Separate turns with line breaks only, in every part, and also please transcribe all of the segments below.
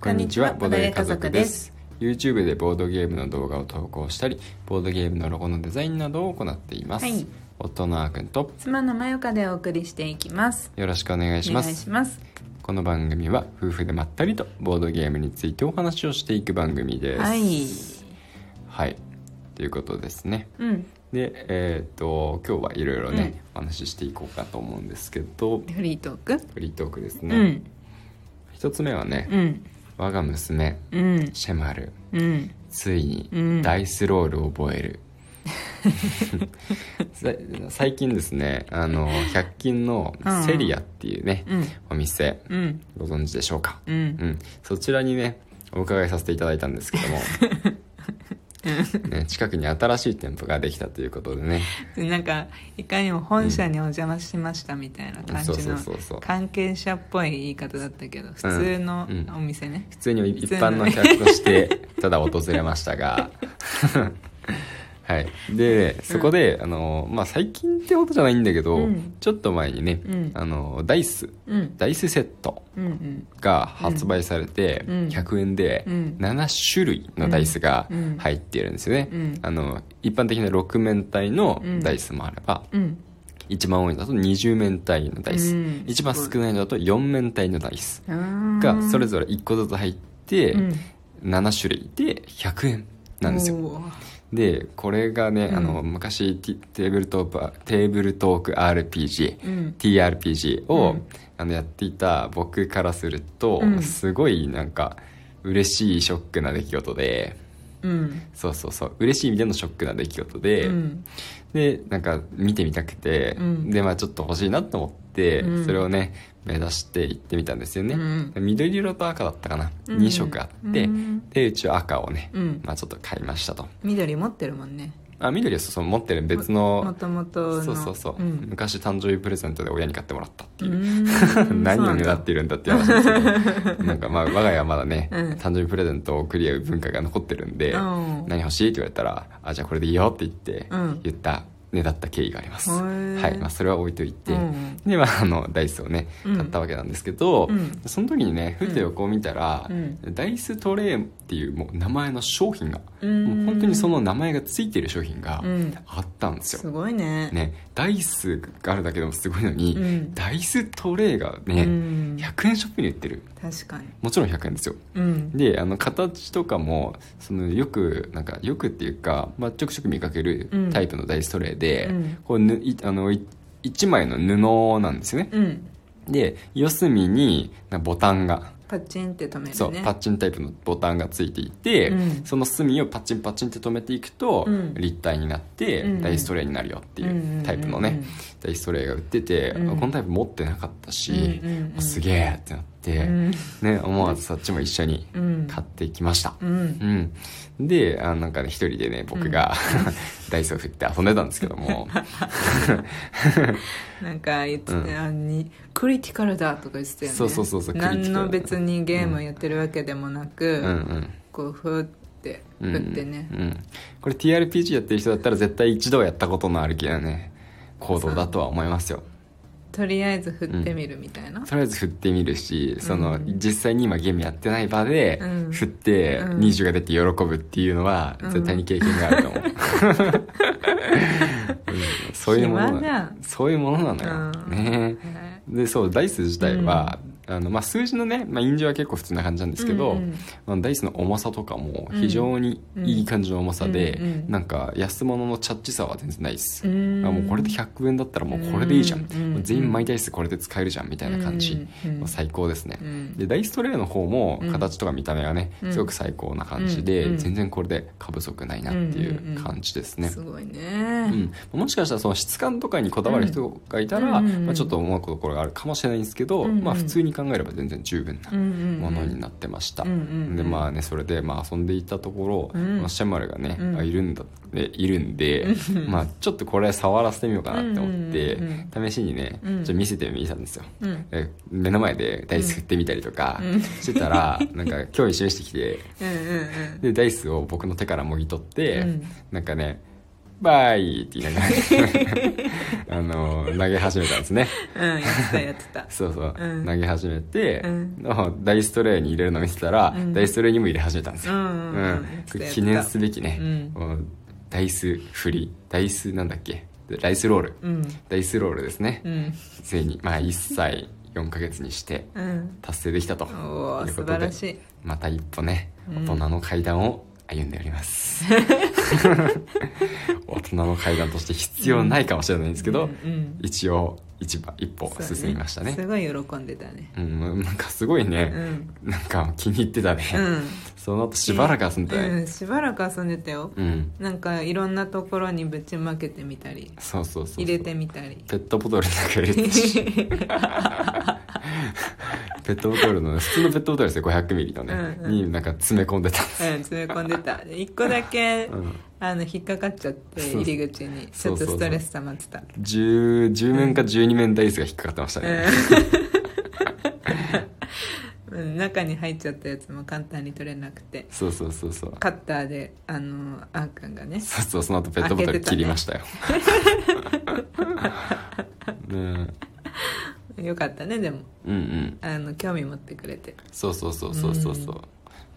こんにちは、ボードゲー家族で
こ
す
ん。にちは。YouTube でボードゲームの動画を投稿したり、ボードゲームのロゴのデザインなどを行っています。
はい
夫のあーくんと
妻のまよかでお送りしていきます。
よろしくお願いし
お
ま
願い
す。
します。
この番組は夫婦でまったりとボードゲームについてお話をしていく番組です。
はい。
はい。ということですね。
うん。
で、えっ、と今日はいろいろね、お
う
話ししていこうかと思うんですけど、
フリートーク。
フリートークです
う
ね。
ん。
一つ目はね、
うん。
我が娘
うん。
シェマル
うん。
ついに
うん
ダイスロールを覚える、 さ 最近ですねあの100均の
うん
セリアっていうね、
うん。
お店
うん。
ご存知でしょうか、
う。
うんん、そちらにねお伺いさせていただいたんですけ ども、ね、近くに新しい店舗ができたということでね
なんか、いかにも本社にお邪魔しましたみたいな感
そう
じ
そう
の。
そうそう
関係者っぽい言い方だったけど、普通の
うん
お店ね。
普通に一
通の
般の客としてただ訪れましたが はいでそこで、あのまあ、最近ってことじゃないんだけど、
うん
ちょっと前にね、
うん
あのダイス
うん。
ダイスセット
うん。うん。
が発売されて、
うん
100円で
うん
7種類のダイスが
うん
入っているんですよね、
うん
あの一般的な6面体のダイスもあれば、
うん。
一番多いのだと20面体のダイス、
うん
一番少ないのだと4面体のダイス
が
がそれぞれ1個ずつ入って、
うん
7種類で100円なんですよ
おー
でこれがね、
うん
あの昔ティテーブルトークテーブルトーク RPG
うん
TRPG を、
うん
あのやっていた僕からすると、
うん
すごいなんか嬉しいショックな出来事で
うん。
そうそうそう嬉しい意味でのショックな出来事で、
うん。
でなんか見てみたくて、
うん
でまあちょっと欲しいなと思って、
うん
それをね目指して行ってみたんですよね、
うん
緑色と赤だったかな、
うん
2色あって、
うん
でうちは赤をね、
うん
まあ、ちょっと買いましたと
緑持ってるもんね
あ緑はそうそう持ってる別
も
の
ともとの
そうそうそう、
ん
昔誕生日プレゼントで親に買ってもらったって
う
いう、
ーん
何
そうな
を
ん
狙
だ
っているんだって話ですけ どなんかまあ我が家はまだね、
うん
誕生日プレゼントを送り合う文化が残ってるんで、
うん
何欲しいって言われたら「あじゃあこれでいいよ」って言って、
うん
言ったねだった経緯があります、
へー
はいまあ、それは置いといて、
うん
でまああのダイスをね
うん
買ったわけなんですけど、
うん
その時にねふと横を見たら、
うん
ダイストレーっていうもう名前の商品が、
うん
もう本当にその名前がついてる商品が
うん
あったんですよ、
すごいね
ね、ダイスがあるだけでもすごいのに、
うん
ダイストレイがね、
うん
100円ショップに売ってる
確かに
もちろん100円ですよ
うん
であの形とかもそのよくなんかよくっていうか、まあ、ちょくちょく見かける
うん
タイプのダイストレイで、
うん
こうぬいあのい1枚の布なんですよね
うん
で四隅になんかボタンが
パチンって止めるね
そうパッチンタイプのボタンがついていて、
うん
その隅をパッチンパッチンって止めていくと、
うん
立体になって、
うん
ダイストレイになるよっていうタイプのね、
うんうんうん
ダイストレイが売ってて、
うん
このタイプ持ってなかったし、
うんうんうん
もうすげえってなって、
うん
ね、思わずそっちも一緒に
うん
買ってきました。
うん
うん、であなんかね一人でね僕が、 ダイスを振って遊んでたんですけども
なんか言って
うん
てあにクリティカルだとか言ってたよね
そうそうそうそうクリティカル
何の別にゲームをやってるわけでもな
うんう
く
ん
こうふーって
うん
振ってね
うん、これ TRPG やってる人だったら絶対一度はやったことのある気なね行動だとは思いますよ
とりあえず振ってみるみたいな
とりあえず振ってみるしその、
うん
実際に今ゲームやってない場で
うん
振って
うん
20が出て喜ぶっていうのは
うん
絶対に経験があると 思う、うんそういうもの
暇じゃ
なんそういうものなのよ、
うん
ね
はい
でそうダイス自体は、あのまあ、数字のね、まあ、印字は結構普通な感じなんですけど、
うんうん
あのダイスの重さとかも非常にいい感じの重さで、
うんうん
なんか安物のチャッチさは全然ないです、
うん
あもうこれで100円だったらもうこれでいいじゃん、
うんうん
もう全員マイダイスこれで使えるじゃんみたいな感じ、
うんうん
もう最高ですね、
うん
でダイストレイの方も
うん
形とか見た目がね、
うん
すごく最高な感じで、
うんうん
全然これで過不足ないなっていう感じですね、
すごいうね
ん、もしかしたらその質感とかにこだわる人がいたら、
うんうんうんうん
まあ、ちょっと思うところがあるかもしれないんですけど、
うんうん
まあ、普通に考えれば全然十分なものになってました、
うんうんうん
でまあねそれでまあ遊んでいたところ、
うん
まあシェマルがね、
うん
あいるんだでいるんで、まあ、ちょっとこれ触らせてみようかなって思って、
うんうん
試しにね
うん
ちょっと見せてみたんですよ、
うん
で目の前でダイス振ってみたりとか
うん
してた ら、なんか興味示してきて
うんうん
でダイスを僕の手からもぎ取って、
うん
なんかね「バイ!」って言いながら あの投げ始めたんですね
うんやってたやってた
そうそう、
うん
投げ始めて、
うん
のダイストレイに入れるの見てたら、
うん
ダイストレイにも入れ始めたんです
う
よ、
んうんうんやっ
こ
てた
れ
やってた
記念すべきね、
うん
もうダイス振りダイスなんだっけダイスロール、
うん
ダイスロールですね、
うん
ついにまあ1歳4ヶ月にして
うん
達成できたという
お
こと
お
で
素晴らしい
また一歩ね
うん
大人の階段を歩んでおり ます、大人の階段として必要ないかもしれないんですけど、
うんうん
一応一番一歩
そうね
進みましたね
すごい喜んでたね
うんなんかすごいうね、
ん
なんか気に入ってたね、
うん
その後しばらく遊んでた
う
ね
んしばらく遊んでたよ
うん、
なんかいろんなところにぶちまけてみたり
そうそうそうそう
入れてみたり
ペットボトルの中入れてた しペットボトルのね普通のペットボトルですよ500ミリのね、
うんうん
になんか詰め込んでたんです
うん、詰め込んでたで一個だけ、
うん
あの引っかかっちゃって
そう
入り口にち
そ
ょ
う
っ
そ
と
うそう
ストレス溜まってたう
10, 10面か12面ダイスが引っかかってましたね、
ん うん中に入っちゃったやつも簡単に取れなくて
そうそうそうそう
カッターであのあーくんがね
そうそうその後ペットボトル切りましたよね
よかったねでも
えうんうん
あの興味持ってくれて
そうそうそうそうそうそう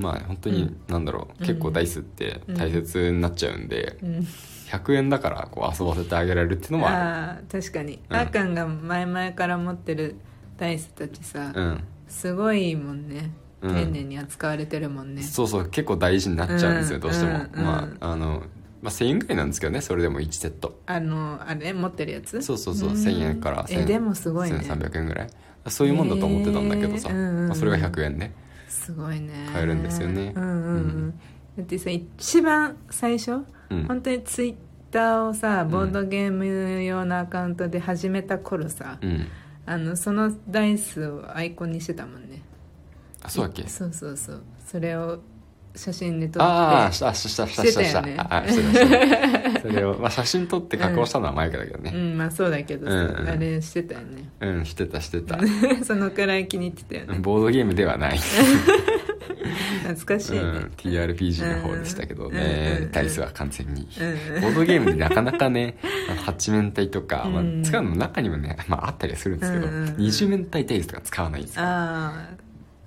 まあ本当
う
に
ん
なんだろう、
うん
結構ダイスって大切になっちゃうんで、
うん
100円だからこう遊ばせてあげられるっていうのもある
あー確かに、
うん
あーくんが前々から持ってるダイスたちさ、
うん
すごいもんね
う
丁
ん
寧に扱われてるもんね、
そうそう結構大事になっちゃうんですよ、
うん
どうしても、
うんうん
まああの、まあ、1000円ぐらいなんですけどねそれでも1セット
あのあれ持ってるやつ
そうそうそうん1000円から
え
1000
でもすごいね
1300円ぐらいそういうもんだと思ってたんだけどさ、
へーうんうん
まあ、それが100円ね
すごいね
買えるんですよね
うんうん
う
うんんだってさ一番最初、
うん
本当にツイッターをさボードゲーム用のアカウントで始めた頃さ、
うん
あのそのダイスをアイコンにしてたもんね
あそうだっけ
いそうそうそうそれを写真で撮って
ああしたしたしたしたしたした
してたよね
ああしてたして たそれを、まあ、写真撮って加工したのはマイクだけど
う
ね
んまあそうだけどさ、
うんうん
あれしてたよね
うん、してたしてた
そのくらい気に入ってたよね
ボードゲームでは ない、
懐かし
う
いね、
ん、TRPG の方でしたけどね、
うん
ダイスは完全に、
うん
ボードゲームでなかなかねあの八面体とか、ま
うん
あ、使うのも中にもね、まあ、あったりはするんですけど、
うんうんうん
二十面体ダイスとか使わないんですよ
ああ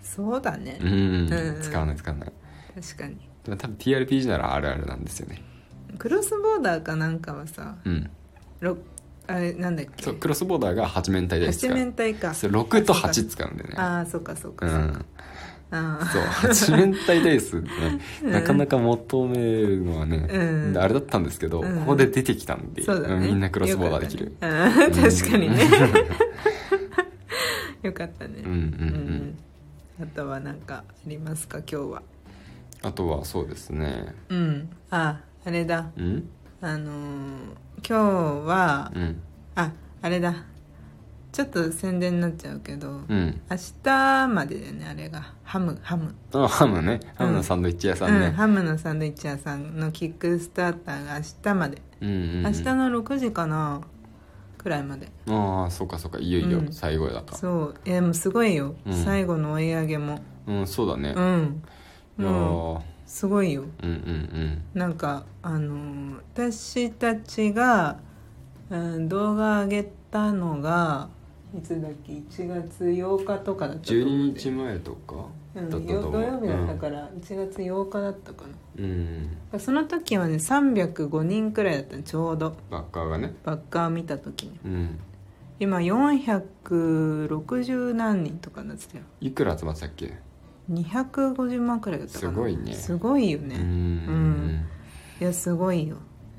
そうだね、
うん、
うん
使わない使わない
確かに
でも多分 TRPG ならあるあるなんですよね
クロスボーダーかなんかはさ
うん
ろあれなんだっけ
そうクロスボーダーが八面体ダイス
八
使う
面体か
そう6と8使うんでね
ああそうかそう
う
かそうか、
ん
あ
そう八面体ダイス ね、なかなか求めるのはね、
うん
であれだったんですけど、
うん
ここで出てきたんで
あそうだね
みんなクロスボーダーできる、
よかったねうん確かにね よかったね
うんうんうん
うんあとは何かありますか今日は
あとはそうですね
うんああれだ
うん
あのー今日は
うん
ああれだちょっと宣伝になっちゃうけど、
うん
明日までだよねあれがハムハム
あハムねハムのサンドイッチ屋さん
うん、
ね、
ハムのサンドイッチ屋さんのキックスターターが明日まで、
うんうんうん
明日の6時かなくらいまで
ああそうかそうかいよいよ
うん
最後だか
そういやもうすごいよ、
うん
最後の追い上げも
うん、そうだね、
うん
いやー
もうすごいよ
うんうん
なんかあのー私たちが、うん、動画上げたのがいつだっけ1月8日とかだったと思う
12
んだよ
日前とかだったと
うん、よ
思う
土曜日だったから1月8日だったかな
うん、うん、
その時はね305人くらいだったのちょうど
バッカーがね
バッカー見た時に
うん
今460何人とかなってたよ
いくら集まってたっけ、
250万くらいだったかな
すごいね
すごいよね、
うん
いやすごいよ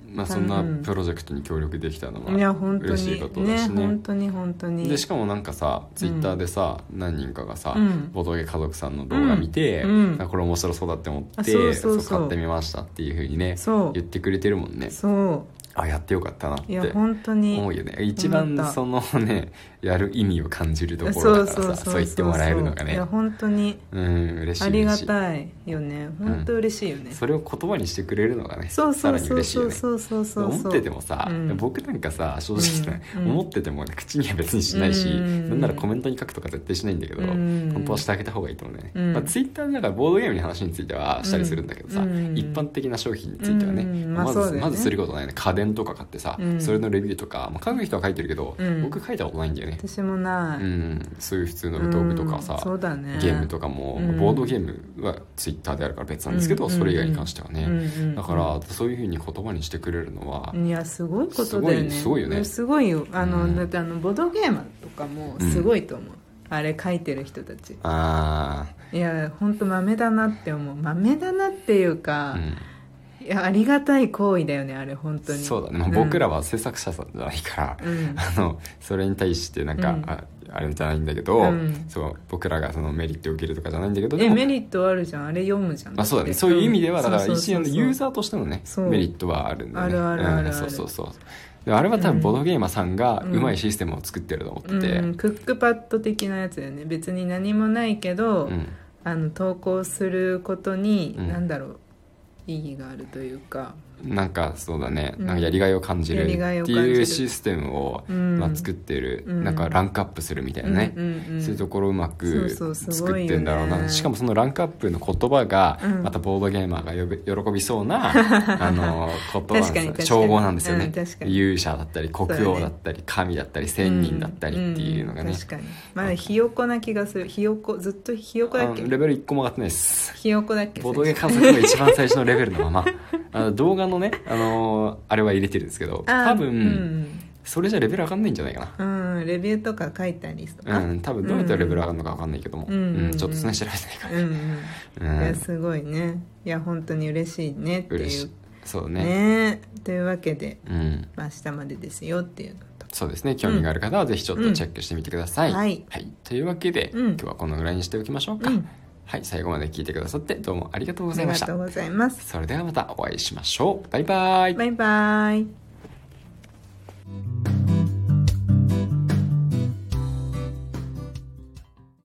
まあそんなプロジェクトに協力できたのはい
や本当
嬉しい
に
ことだしね
本当に本当に
でしかもなんかさツイッターでさ、何人かがさ、
うん
ボトゲ家族さんの動画見て、
うん
あこれ面白そうだって思って
あそうそうそう
買ってみましたっていうふうにね
そう
言ってくれてるもんね
そ
あやってよかったなっ
うい
て
や本当に
思うよね一番
思った
そのねやる意味を感じるとこ
そ
ろだ
う
か
そうそ
ら
う
さそう言ってもらえるのが
い
ね
や本当に
うん嬉しい
ありが
嬉しい
たいよね本当嬉しいよね、
それを言葉にしてくれるのがね
そう
さ
そ
ら
う
に
そう
嬉しい
そ
よ
う
ね
そうそうそう
思っててもさ、
うん
僕なんかさ正直な、
うんうん
思っててもね口には別にしないし、
うん
なんならコメントに書くとか絶対しないんだけど、
うん
本当はしてあげた方がいいと思うね、
うん
まあ、ツイッターでだからボードゲームの話についてはしたりするんだけどさ、
うん
一般的な商品についてはね、
うんまあ
まず
そうだよね
まずすることないね家電ンとか買ってさ、
うん
それのレビューとか、まあ、書く人は書いてるけど、
うん
僕書いたことないんだよね、
私もな
う
い、
ん、そういう普通
う
の
ん
道具とかさ、
そうだね
ゲームとかも、
うん
ボードゲームはツイッターであるから別なんですけど、
うん
それ以外に関してはね、
うんうん
だからそういうふうに言葉にしてくれるのは、
いやすごいことだよね
すごいすごいよね
すごいよあの、
うん
だってあのボードゲーマーとかもすごいと思う、あれ書いてる人たち
あ
いや本当豆だなって思う豆だなっていう
あ、
か
う、ん、
いやありがたい行為だよねあれ本当に
そうだね、まあ、僕ら
は、
は制作者さんじゃないから、
うん
あのそれに対してなんか、
うん
ああれじゃないんだけど、
うん
そう僕らがそのメリットを受けるとかじゃないんだけど
え
でも
メリットあるじゃんあれ読むじゃん
まあそうだね
って
そういう意味では
ん
だから
そう
一
そう
応
そう
ユーザーとしてのね
そう
メリットはあるんだよね
あるあるあるある
うんそうそうそうでもあれは多分ボードゲーマーさんがうまいシステムを作ってると思ってて、
うん、クックパッド的なやつだよね別に何もないけど、
うん
あの投稿することに、
うん
なんだろう意義があるというか
なんかそうだね、
うん
なんかやりがいを感じる
や
って
りがいを感じる
いうシステムを、
うん
まあ、作ってる、
うん
なんかランクアップするみたいなね、
うんうんうん
そういうところをうまく
そうそうすご
作
いよね
ってんだろうなしかもそのランクアップの言葉が、
うん
またボードゲーマーが呼べ喜びそう なあの言葉なん
確かに確
で
か
す
に
称号なんですよ
う
ね
ん、確かに
勇者だったり国王だったり、神だったり仙人だったりっていうのがね
ん、確かにまだひよこな気がするひよこずっとひよこだっ
あ
け
のレベル1個も上がってないです
ひよこだっけ
ボードゲー観測の一番最初のレベルのままあの動画のね、あのーあれは入れてるんですけど
あー
多分、それじゃレベル上がんないんじゃないか
うん、うん、レビューとか書いたりとか
なうん多分どうやったらレベル上がるのか分かんないけども、
うんうんうん
うんちょっとそんなに調べてないか
うん、うん
ら、
い
うん
やすごいねいや本当に嬉しいねって
嬉
い
し
う
いそうね
ねというわけで、
うん
まあ、明日までですよっていうのと
そうですね興味がある方はぜひちょっとチェックしてみてください、
うんはい
というわけで、
うん
今日はこのぐらいにしておきましょうか、
うん
はい最後まで聞いてくださってどうもありがとうご
あ
ざ
り
いま
が
した
とうございます
それではまたお会いしましょうバイバイ
バイバイ